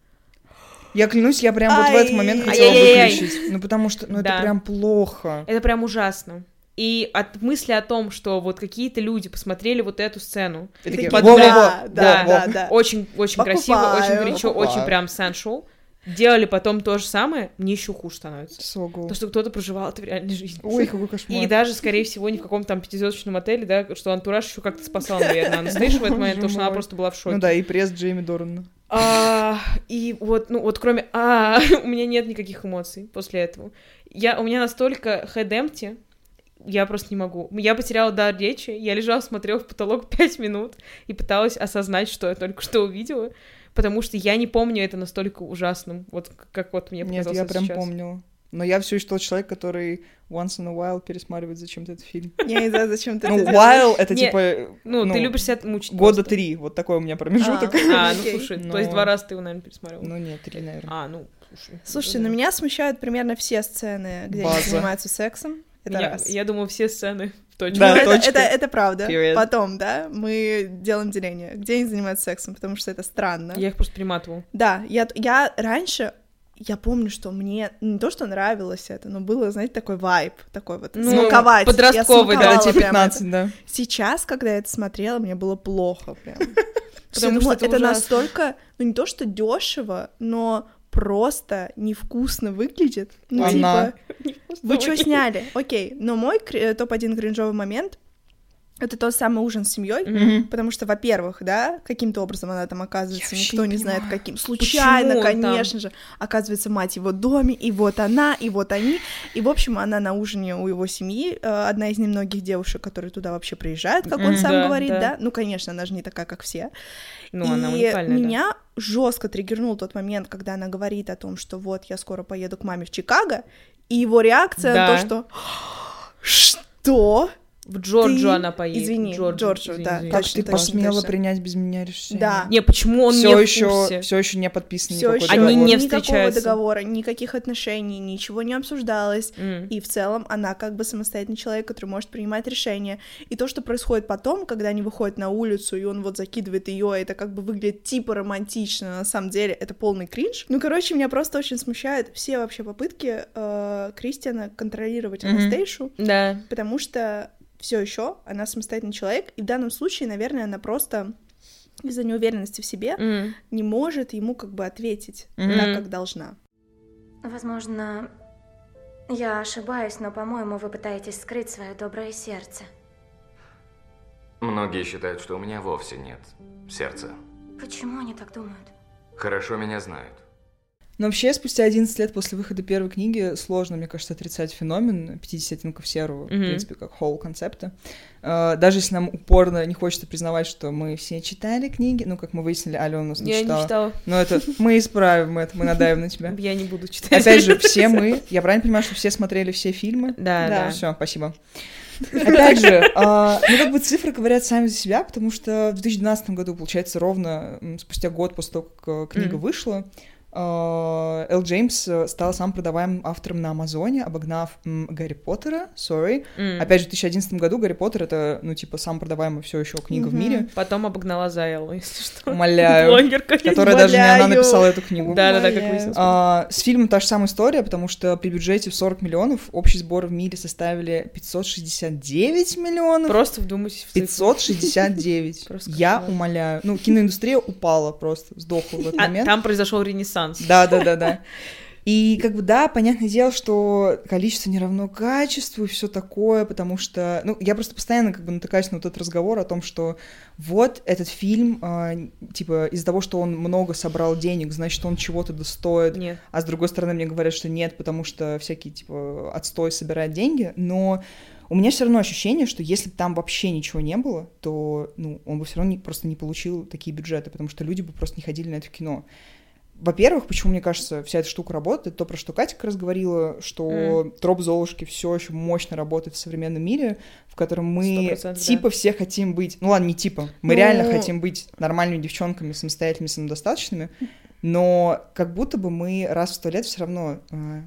S3: Я клянусь, я прям вот в этот момент
S1: Ай.
S3: хотела
S2: Ай-яй-яй.
S3: выключить. Ну, потому что, ну,
S2: Да.
S3: это прям плохо.
S2: Это прям ужасно. И от мысли о том, что вот какие-то люди посмотрели вот эту сцену,
S3: И
S1: Такие,
S3: такие,
S1: да, да,
S3: «Во-во-во, во-во».
S1: да, да.
S2: очень, очень
S1: Покупаю.
S2: красиво, очень горячо,
S3: Покупаю.
S2: очень прям sensual, делали потом то же самое, мне еще хуже становится.
S3: Согол.
S2: Потому что кто-то проживал это в реальной жизни.
S3: Ой, какой кошмар.
S2: И даже, скорее всего, не в каком-то там пятизвездочном отеле, да, что антураж еще как-то спасал, наверное, Анастейшу в этот момент, потому что она
S3: мой.
S2: просто была в шоке.
S3: Ну да, и пресс Джейми Дорна.
S2: А, и вот, ну вот кроме а, у меня нет никаких эмоций после этого. Я, у меня настолько хедемти, я просто не могу. Я потеряла дар речи, я лежала, смотрела в потолок пять минут и пыталась осознать, что я только что увидела, потому что я не помню это настолько ужасным, вот к- как вот мне
S3: Нет,
S2: показалось
S3: я
S2: это
S3: прям
S2: сейчас.
S3: помнила. Но я все еще тот человек, который once in a while пересматривает зачем-то этот фильм.
S1: Я не знаю, зачем ты
S3: Ну,
S1: это
S3: while это
S2: Не,
S3: типа...
S2: Ну, ты любишь себя мучить.
S3: Года
S2: просто.
S3: три, вот такой у меня промежуток.
S2: А, ну
S1: Окей.
S2: слушай,
S3: Ну.
S2: то есть два раза ты его, наверное, пересмотрела.
S3: Ну нет, три, наверное.
S2: А, ну, слушай.
S1: Слушайте, на меня смущают примерно все сцены, где они
S3: База.
S1: занимаются сексом. Это
S2: Меня-
S1: раз. Ну,
S2: Я думаю, все сцены точно.
S3: Да,
S1: это,
S3: точка.
S1: это, это правда.
S3: Period.
S1: Потом, да, мы делаем деление, где они занимаются сексом, потому что это странно.
S2: Я их просто приматывал.
S1: Да, я, я раньше, я помню, что мне не то, что нравилось это, но было, знаете, такой вайб, такой вот
S2: Ну,
S1: смаковать. Я
S2: подростковый, да, типа
S1: смаковала
S3: Когда тебе
S1: прям это.
S3: 15, да.
S1: Сейчас, когда я это смотрела, мне было плохо прям.
S2: Потому
S1: Потому что
S2: что это
S1: это
S2: ужасно.
S1: настолько, ну не то, что дешево, но просто невкусно выглядит. Ну,
S3: Она.
S1: типа, вы что сняли? Окей, но мой кри- э, топ-1 кринжовый момент — это тот самый ужин с семьей,
S3: Мгм.
S1: Потому что, во-первых, да, каким-то образом она там оказывается,
S3: Я вообще
S1: никто
S3: не
S1: не знает
S3: понимаю,
S1: каким. Случайно,
S2: он там?
S1: конечно же, оказывается мать его доме, и вот она, и вот они. И, в общем, она на ужине у его семьи, э, одна из немногих девушек, которые туда вообще приезжают, как он
S2: Мгм.
S1: сам
S2: Да,
S1: говорит,
S2: да.
S1: да. Ну, конечно, она же не такая, как все.
S2: Ну,
S1: и
S2: она уникальная, да.
S1: меня жестко триггернул тот момент, когда она говорит о том, что вот я скоро поеду к маме в Чикаго, и его реакция на
S2: Да.
S1: то, что что?
S2: В Джорджию
S1: Ты-
S2: она поедет.
S1: извини,
S2: в Джорджию,
S1: Джорджию, да.
S2: извини.
S3: Как
S1: Точно,
S3: ты
S1: точно,
S3: посмела
S1: точно.
S3: принять без меня решение?
S1: Да.
S2: Не, почему он
S3: Все
S2: не в
S3: еще,
S2: курсе?
S3: все еще не подписан
S1: Все
S3: никакой
S1: еще
S2: Они
S3: договор.
S2: не
S1: никакого
S2: встречаются.
S1: договора, никаких отношений, ничего не обсуждалось.
S2: М.
S1: И в целом она как бы самостоятельный человек, который может принимать решения. И то, что происходит потом, когда они выходят на улицу, и он вот закидывает ее, это как бы выглядит типа романтично, но на самом деле это полный кринж. Ну, короче, меня просто очень смущают все вообще попытки э, Кристиана контролировать
S3: Мгм.
S1: Анастейшу,
S2: Да.
S1: потому что все еще она самостоятельный человек, и в данном случае, наверное, она просто из-за неуверенности в себе
S2: М.
S1: не может ему как бы ответить
S3: Мгм.
S1: так, как должна.
S5: Возможно, я ошибаюсь, но, по-моему, вы пытаетесь скрыть свое доброе сердце.
S4: Многие считают, что у меня вовсе нет сердца.
S5: Почему они так думают?
S4: Хорошо меня знают.
S3: Но вообще, спустя 11 лет после выхода первой книги сложно, мне кажется, отрицать феномен 50 оттенков серого,
S2: Мгм.
S3: в принципе, как холл концепта. Э, Даже если нам упорно не хочется признавать, что мы все читали книги, ну, как мы выяснили, Алена у нас не
S2: Я
S3: читала.
S2: не читала.
S3: Но это мы исправим это, мы надаем на тебя.
S2: Я не буду читать.
S3: Опять же, все мы, я правильно понимаю, что все смотрели все фильмы?
S2: Да,
S1: Да.
S2: да.
S3: Все, спасибо. Опять же, а, ну как бы цифры говорят сами за себя, потому что в 2012 году, получается, ровно м, спустя год после того, как э, книга
S2: Мгм.
S3: вышла, а, Эл Джеймс э, стал самым продаваемым автором на Амазоне, обогнав м, Гарри Поттера, sorry.
S2: М.
S3: Опять же, в 2011 году Гарри Поттер — это, ну, типа, самая продаваемая все еще книга в
S1: Мгм.
S3: мире.
S2: Потом обогнала Зайлу, если что.
S3: Умоляю.
S2: Блогерка.
S3: Которая даже не она
S1: Умоляю.
S3: написала эту книгу.
S2: Да-да-да, как
S1: Умоляю.
S2: выяснилось.
S3: А, с фильмом та же самая история, потому что при бюджете в 40 миллионов общий сбор в мире составили 569 миллионов.
S2: Просто вдумайтесь в цифры.
S3: 569.
S2: Просто
S3: Я
S2: кошмар.
S3: умоляю. Ну, киноиндустрия упала просто, сдохла в этот
S2: А,
S3: момент.
S2: там произошел ренессанс.
S3: Да, да, да, да. И как бы да, понятное дело, что количество не равно качеству и все такое, потому что, ну, я просто постоянно как бы натыкаюсь на вот этот разговор о том, что вот этот фильм, а, типа, из-за того, что он много собрал денег, значит, он чего-то достоит,
S2: Нет.
S3: а с другой стороны мне говорят, что нет, потому что всякие, типа, отстой собирает деньги, но у меня все равно ощущение, что если бы там вообще ничего не было, то, ну, он бы все равно не- просто не получил такие бюджеты, потому что люди бы просто не ходили на это кино. Во-первых, почему, мне кажется, вся эта штука работает, то, про что Катя как раз говорила, что
S2: Мгм.
S3: троп Золушки все еще мощно работает в современном мире, в котором мы
S2: 100%, да.
S3: типа все хотим быть, ну ладно, не типа, мы
S1: Ну,
S3: реально хотим быть нормальными девчонками, самостоятельными, самодостаточными, но как будто бы мы раз в сто лет все равно э,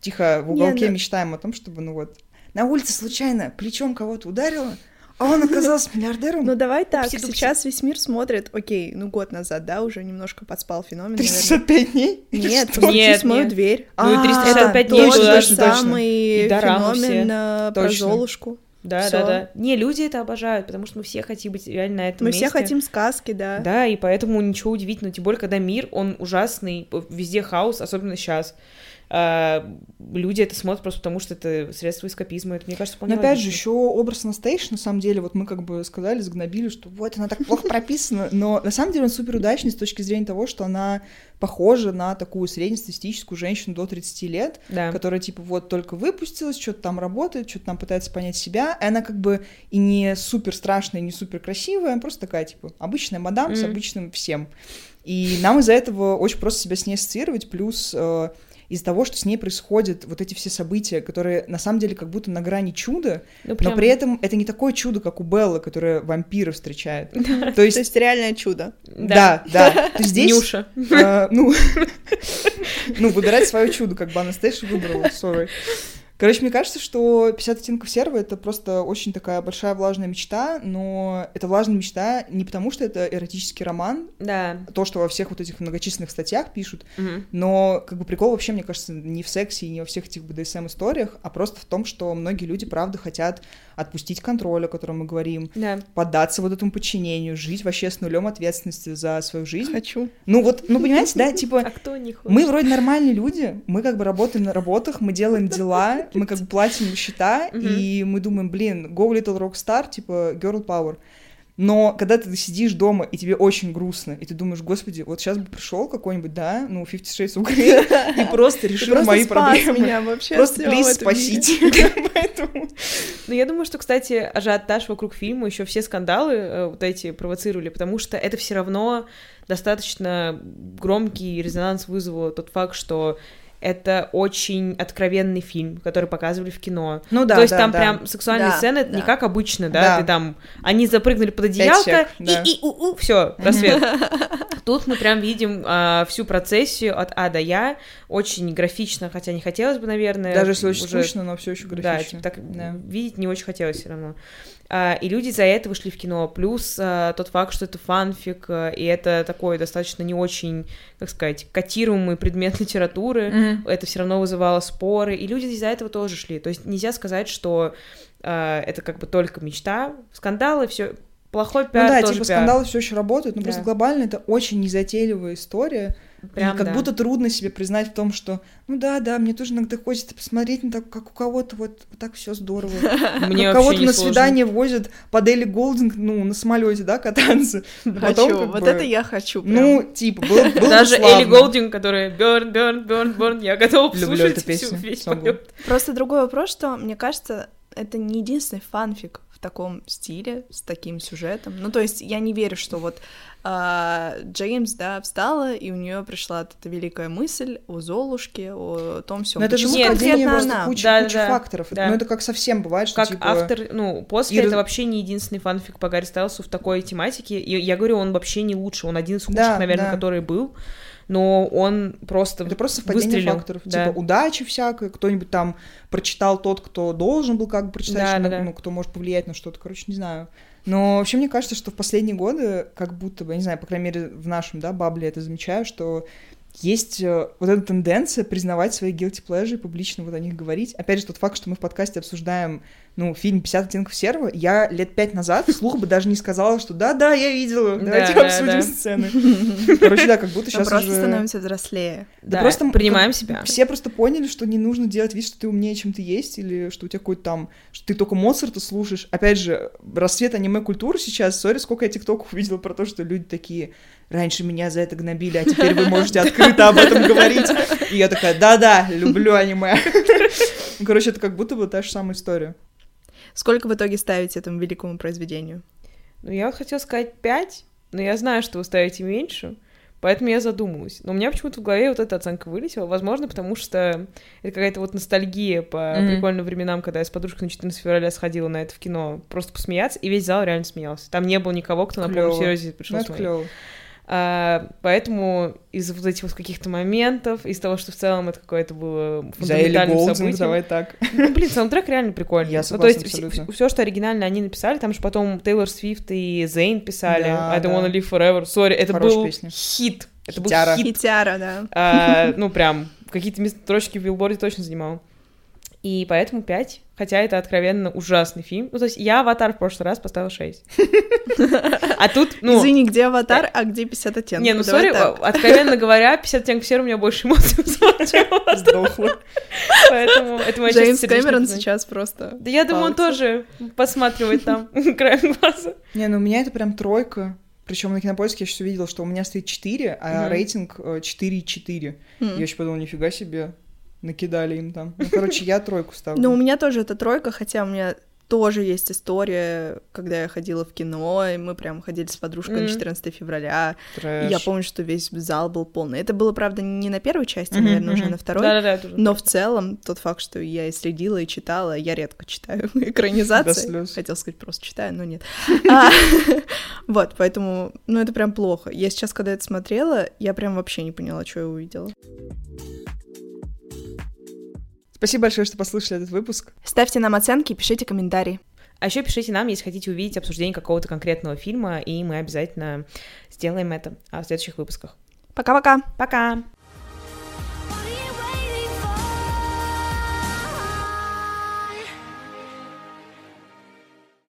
S3: тихо в
S1: Не,
S3: уголке
S1: ну-
S3: мечтаем о том, чтобы, ну вот, на улице случайно плечом кого-то ударила, а он оказался миллиардером.
S1: Ну давай так,
S2: Упси-дупси.
S1: сейчас весь мир смотрит, окей, ну год назад, да, уже немножко подспал феномен, наверное.
S3: 365 дней? Или
S1: Нет,
S3: что?
S1: постучись
S2: Нет,
S1: в мою
S2: нет.
S1: дверь.
S2: Ну и
S3: А,
S2: 365
S3: это
S2: дней
S1: Тот
S3: точно,
S2: было.
S1: же
S3: точно, точно.
S1: самый
S2: И дорамы все.
S1: феномен э, про
S3: Точно.
S1: Золушку.
S2: Да,
S1: Всё.
S2: да, да. Не, люди это обожают, потому что мы все хотим быть реально на этом
S1: Мы
S2: месте.
S1: все хотим сказки, да.
S2: Да, и поэтому ничего удивительного, тем более, когда мир, он ужасный, везде хаос, особенно сейчас. А, люди это смотрят просто потому, что это средство эскапизма, это, мне кажется,
S1: Ну,
S3: Но
S2: вполне
S3: опять же,
S2: логично.
S3: еще образ Анастейши, на самом деле, вот мы как бы сказали, сгнобили, что вот она так плохо прописана, но на самом деле он супер удачный с точки зрения того, что она похожа на такую среднестатистическую женщину до 30 лет,
S2: Да.
S3: которая типа вот только выпустилась, что-то там работает, что-то там пытается понять себя, и она как бы и не супер страшная, и не супер красивая, она просто такая типа обычная мадам с
S2: Мгм.
S3: обычным всем. И нам из-за этого очень просто себя с ней ассоциировать, плюс э, из-за того, что с ней происходят вот эти все события, которые на самом деле как будто на грани чуда,
S2: Ну, прям-
S3: но при этом это не такое чудо, как у Беллы, которая вампира встречает. То
S1: То
S3: есть,
S1: есть реальное чудо.
S2: да.
S3: да, да. То есть здесь
S2: Нюша.
S3: Э, ну, ну, выбирать свое чудо, как бы Анастейша выбрала, sorry. Короче, мне кажется, что 50 оттенков серого — это просто очень такая большая влажная мечта, но это влажная мечта не потому, что это эротический роман,
S2: Да.
S3: то, что во всех вот этих многочисленных статьях пишут,
S2: Мгм.
S3: но как бы прикол вообще, мне кажется, не в сексе и не во всех этих БДСМ-историях, а просто в том, что многие люди, правда, хотят отпустить контроль, о котором мы говорим,
S2: Да.
S3: поддаться вот этому подчинению, жить вообще с нулем ответственности за свою жизнь.
S1: Хочу.
S3: Ну вот, ну понимаете, да, типа
S2: А кто не хочет?
S3: мы вроде нормальные люди, мы как бы работаем на работах, мы делаем дела, мы как бы платим счета,
S2: Мгм.
S3: и мы думаем, блин, go little rock star, типа girl power. Но когда ты сидишь дома, и тебе очень грустно, и ты думаешь, господи, вот сейчас бы пришел какой-нибудь, да, ну, 50 Shades of Grey, и просто
S1: Ты
S3: решил
S1: просто
S3: мои
S1: спас
S3: проблемы.
S1: меня вообще.
S3: Просто,
S1: всё в
S3: плиз,
S1: этом мире.
S3: спасите. Поэтому...
S2: Ну, я думаю, что, кстати, ажиотаж вокруг фильма, еще все скандалы э, вот эти провоцировали, потому что это все равно достаточно громкий резонанс вызвало тот факт, что это очень откровенный фильм, который показывали в кино.
S3: Ну
S2: То есть там прям сексуальные
S1: Да,
S2: сцены
S1: да.
S2: не как обычно, да,
S3: Да.
S2: ты там, они запрыгнули под одеялко,
S3: сек, да.
S2: и, и у, у, все, рассвет. Тут мы прям видим а, всю процессию от А до Я, очень графично, хотя не хотелось бы, наверное.
S3: Даже если очень
S2: э, уже
S3: скучно, но все еще
S2: да,
S3: графично.
S2: типа так
S3: Да.
S2: видеть не очень хотелось все равно. А, и люди из-за этого шли в кино. Плюс а, тот факт, что это фанфик, а, и это такой достаточно не очень, как сказать, котируемый предмет литературы.
S3: Ну
S2: Это все равно вызывало споры. И люди из-за этого тоже шли. То есть нельзя сказать, что а, это как бы только мечта. Скандалы, все Плохой
S3: Ну
S2: пиар
S3: да,
S2: тоже
S3: типа
S2: пиар.
S3: скандалы все еще работают, но просто
S2: Да.
S3: глобально это очень незатейливая история.
S2: Прям
S3: и как
S2: да.
S3: будто трудно себе признать в том, что ну да, да, мне тоже иногда хочется посмотреть на так, как у кого-то вот, вот так все здорово.
S2: Мне вообще
S3: Как кого-то
S2: не сложно.
S3: на свидание возят под Элли Голдинг, ну, на самолете, да, кататься. А потом
S1: хочу,
S3: как
S1: вот
S3: бы,
S1: это я хочу. прям.
S3: Ну, типа, было, было бы
S2: Даже
S3: славно.
S2: Элли Голдинг, которая Burn, Burn, Burn, Burn, я готова
S3: Люблю
S2: послушать
S3: эту
S2: всю
S3: песню,
S2: вещь.
S3: самую.
S2: поёт.
S1: Просто другой вопрос, что, мне кажется, это не единственный фанфик в таком стиле, с таким сюжетом. Ну, то есть я не верю, что вот а, Джеймс, да, встала, и у нее пришла вот эта великая мысль о Золушке, о том всем.
S3: Но это же
S2: Почему
S3: совпадение
S2: конкретно
S3: просто
S1: она?
S3: куча,
S2: Да,
S3: куча
S2: да,
S3: факторов.
S2: да.
S3: Ну, это как совсем бывает, что
S2: Как
S3: типа...
S2: автор, ну, после
S3: и
S2: это
S3: раз-
S2: вообще не единственный фанфик по Гарри Стайлсу в такой тематике. И я говорю, он вообще не лучше, он один из худших,
S3: Да,
S2: наверное,
S3: да.
S2: который был. Но он просто
S3: Это просто совпадение
S2: выстрелил,
S3: факторов.
S2: да.
S3: Типа удачи всякой, кто-нибудь там прочитал тот, кто должен был как бы прочитать,
S2: Да,
S3: что,
S2: да,
S3: ну,
S2: да.
S3: ну, кто может повлиять на что-то, короче, не знаю. Но вообще мне кажется, что в последние годы, как будто бы, я не знаю, по крайней мере, в нашем, да, бабле это замечаю, что есть э, вот эта тенденция признавать свои guilty pleasure и публично вот о них говорить. Опять же, тот факт, что мы в подкасте обсуждаем, ну, фильм «50 оттенков серого», я лет пять назад вслух бы даже не сказала, что да-да, я видела,
S2: Да,
S3: давайте
S2: да,
S3: обсудим
S2: да.
S3: сцены. Короче, да, как будто
S1: Мы
S3: сейчас
S1: просто
S3: уже...
S1: становимся взрослее.
S2: Да,
S3: просто
S2: принимаем себя.
S3: Все просто поняли, что не нужно делать вид, что ты умнее, чем ты есть, или что у тебя какой-то там, что ты только Моцарта слушаешь. Опять же, рассвет аниме-культуры сейчас, сори, сколько я тиктоков увидела про то, что люди такие, раньше меня за это гнобили, а теперь вы можете открыто об этом говорить. И я такая, да-да, люблю аниме. Ну, Короче, это как будто бы та же самая история.
S1: Сколько в итоге ставите этому великому произведению?
S2: Ну, я вот хотела сказать 5, но я знаю, что вы ставите меньше, поэтому я задумалась. Но у меня почему-то в голове вот эта оценка вылетела. Возможно, потому что это какая-то вот ностальгия по
S3: Мгм.
S2: прикольным временам, когда я с подружкой на 14 февраля сходила на это в кино просто посмеяться, и весь зал реально смеялся. Там не было никого, кто на
S3: Клёво.
S2: полном серьезе пришел
S3: Ну, это клево.
S2: поэтому из вот этих вот каких-то моментов, из того, что в целом это какое-то было
S3: За Элли
S2: фундаментальным
S3: Голдинг,
S2: событием.
S3: давай так.
S2: Ну, блин, саундтрек реально прикольный.
S3: Я
S2: Ну,
S3: согласна
S2: то есть
S3: абсолютно.
S2: все, что оригинально они написали, там же потом Тейлор Свифт и Зейн писали
S3: Да,
S2: I don't
S3: да.
S2: wanna live forever. Сори, это
S3: Хорошая
S2: был
S3: песня.
S2: хит. Это был
S3: Хитяра.
S2: хит.
S1: Хитяра, да.
S2: А, ну, прям, какие-то мест- строчки в билборде точно занимал. И поэтому 5, хотя это откровенно ужасный фильм. Ну, то есть я «Аватар» в прошлый раз поставила 6. А тут, ну...
S1: Извини, где
S3: э,
S1: аватар, а где 50 оттенков?
S2: Не, ну,
S1: Давай
S2: сори,
S1: так.
S2: откровенно говоря, 50 оттенков серого у меня больше эмоций вызвало, чем «Аватар»,
S3: Сдохла.
S2: поэтому это моя
S1: Джеймс
S2: чисто сердечная
S1: Кэмерон
S2: признание.
S1: сейчас просто...
S2: Да я думаю, он
S1: палится.
S2: тоже посматривает там краем глаза.
S3: Не, ну у меня это прям тройка. Причем на кинопоиске я сейчас увидела, что у меня стоит 4, а
S2: Мгм.
S3: рейтинг э, 4,4.
S1: М.
S3: Я еще подумала, нифига себе, накидали им там. Ну, короче, я тройку ставлю.
S1: Ну, у меня тоже это тройка, хотя у меня тоже есть история, когда я ходила в кино, и мы прям ходили с подружкой
S2: Мгм.
S1: на 14 февраля.
S3: Трэш.
S1: И я помню, что весь зал был полный. Это было, правда, не на первой части,
S3: Мгм,
S1: наверное, уже
S3: мгм.
S1: на второй.
S2: Да-да-да, тоже.
S1: Но в целом, тот факт, что я и следила, и читала, я редко читаю
S3: До
S1: экранизации.
S3: слез.
S1: Хотела сказать, просто читаю, но нет. А, Вот, поэтому, ну, это прям плохо. Я сейчас, когда это смотрела, я прям вообще не поняла, что я увидела.
S3: Спасибо большое, что послушали этот выпуск.
S1: Ставьте нам оценки и пишите комментарии.
S2: А еще пишите нам, если хотите увидеть обсуждение какого-то конкретного фильма, и мы обязательно сделаем это а, в следующих выпусках.
S1: Пока-пока!
S2: Пока!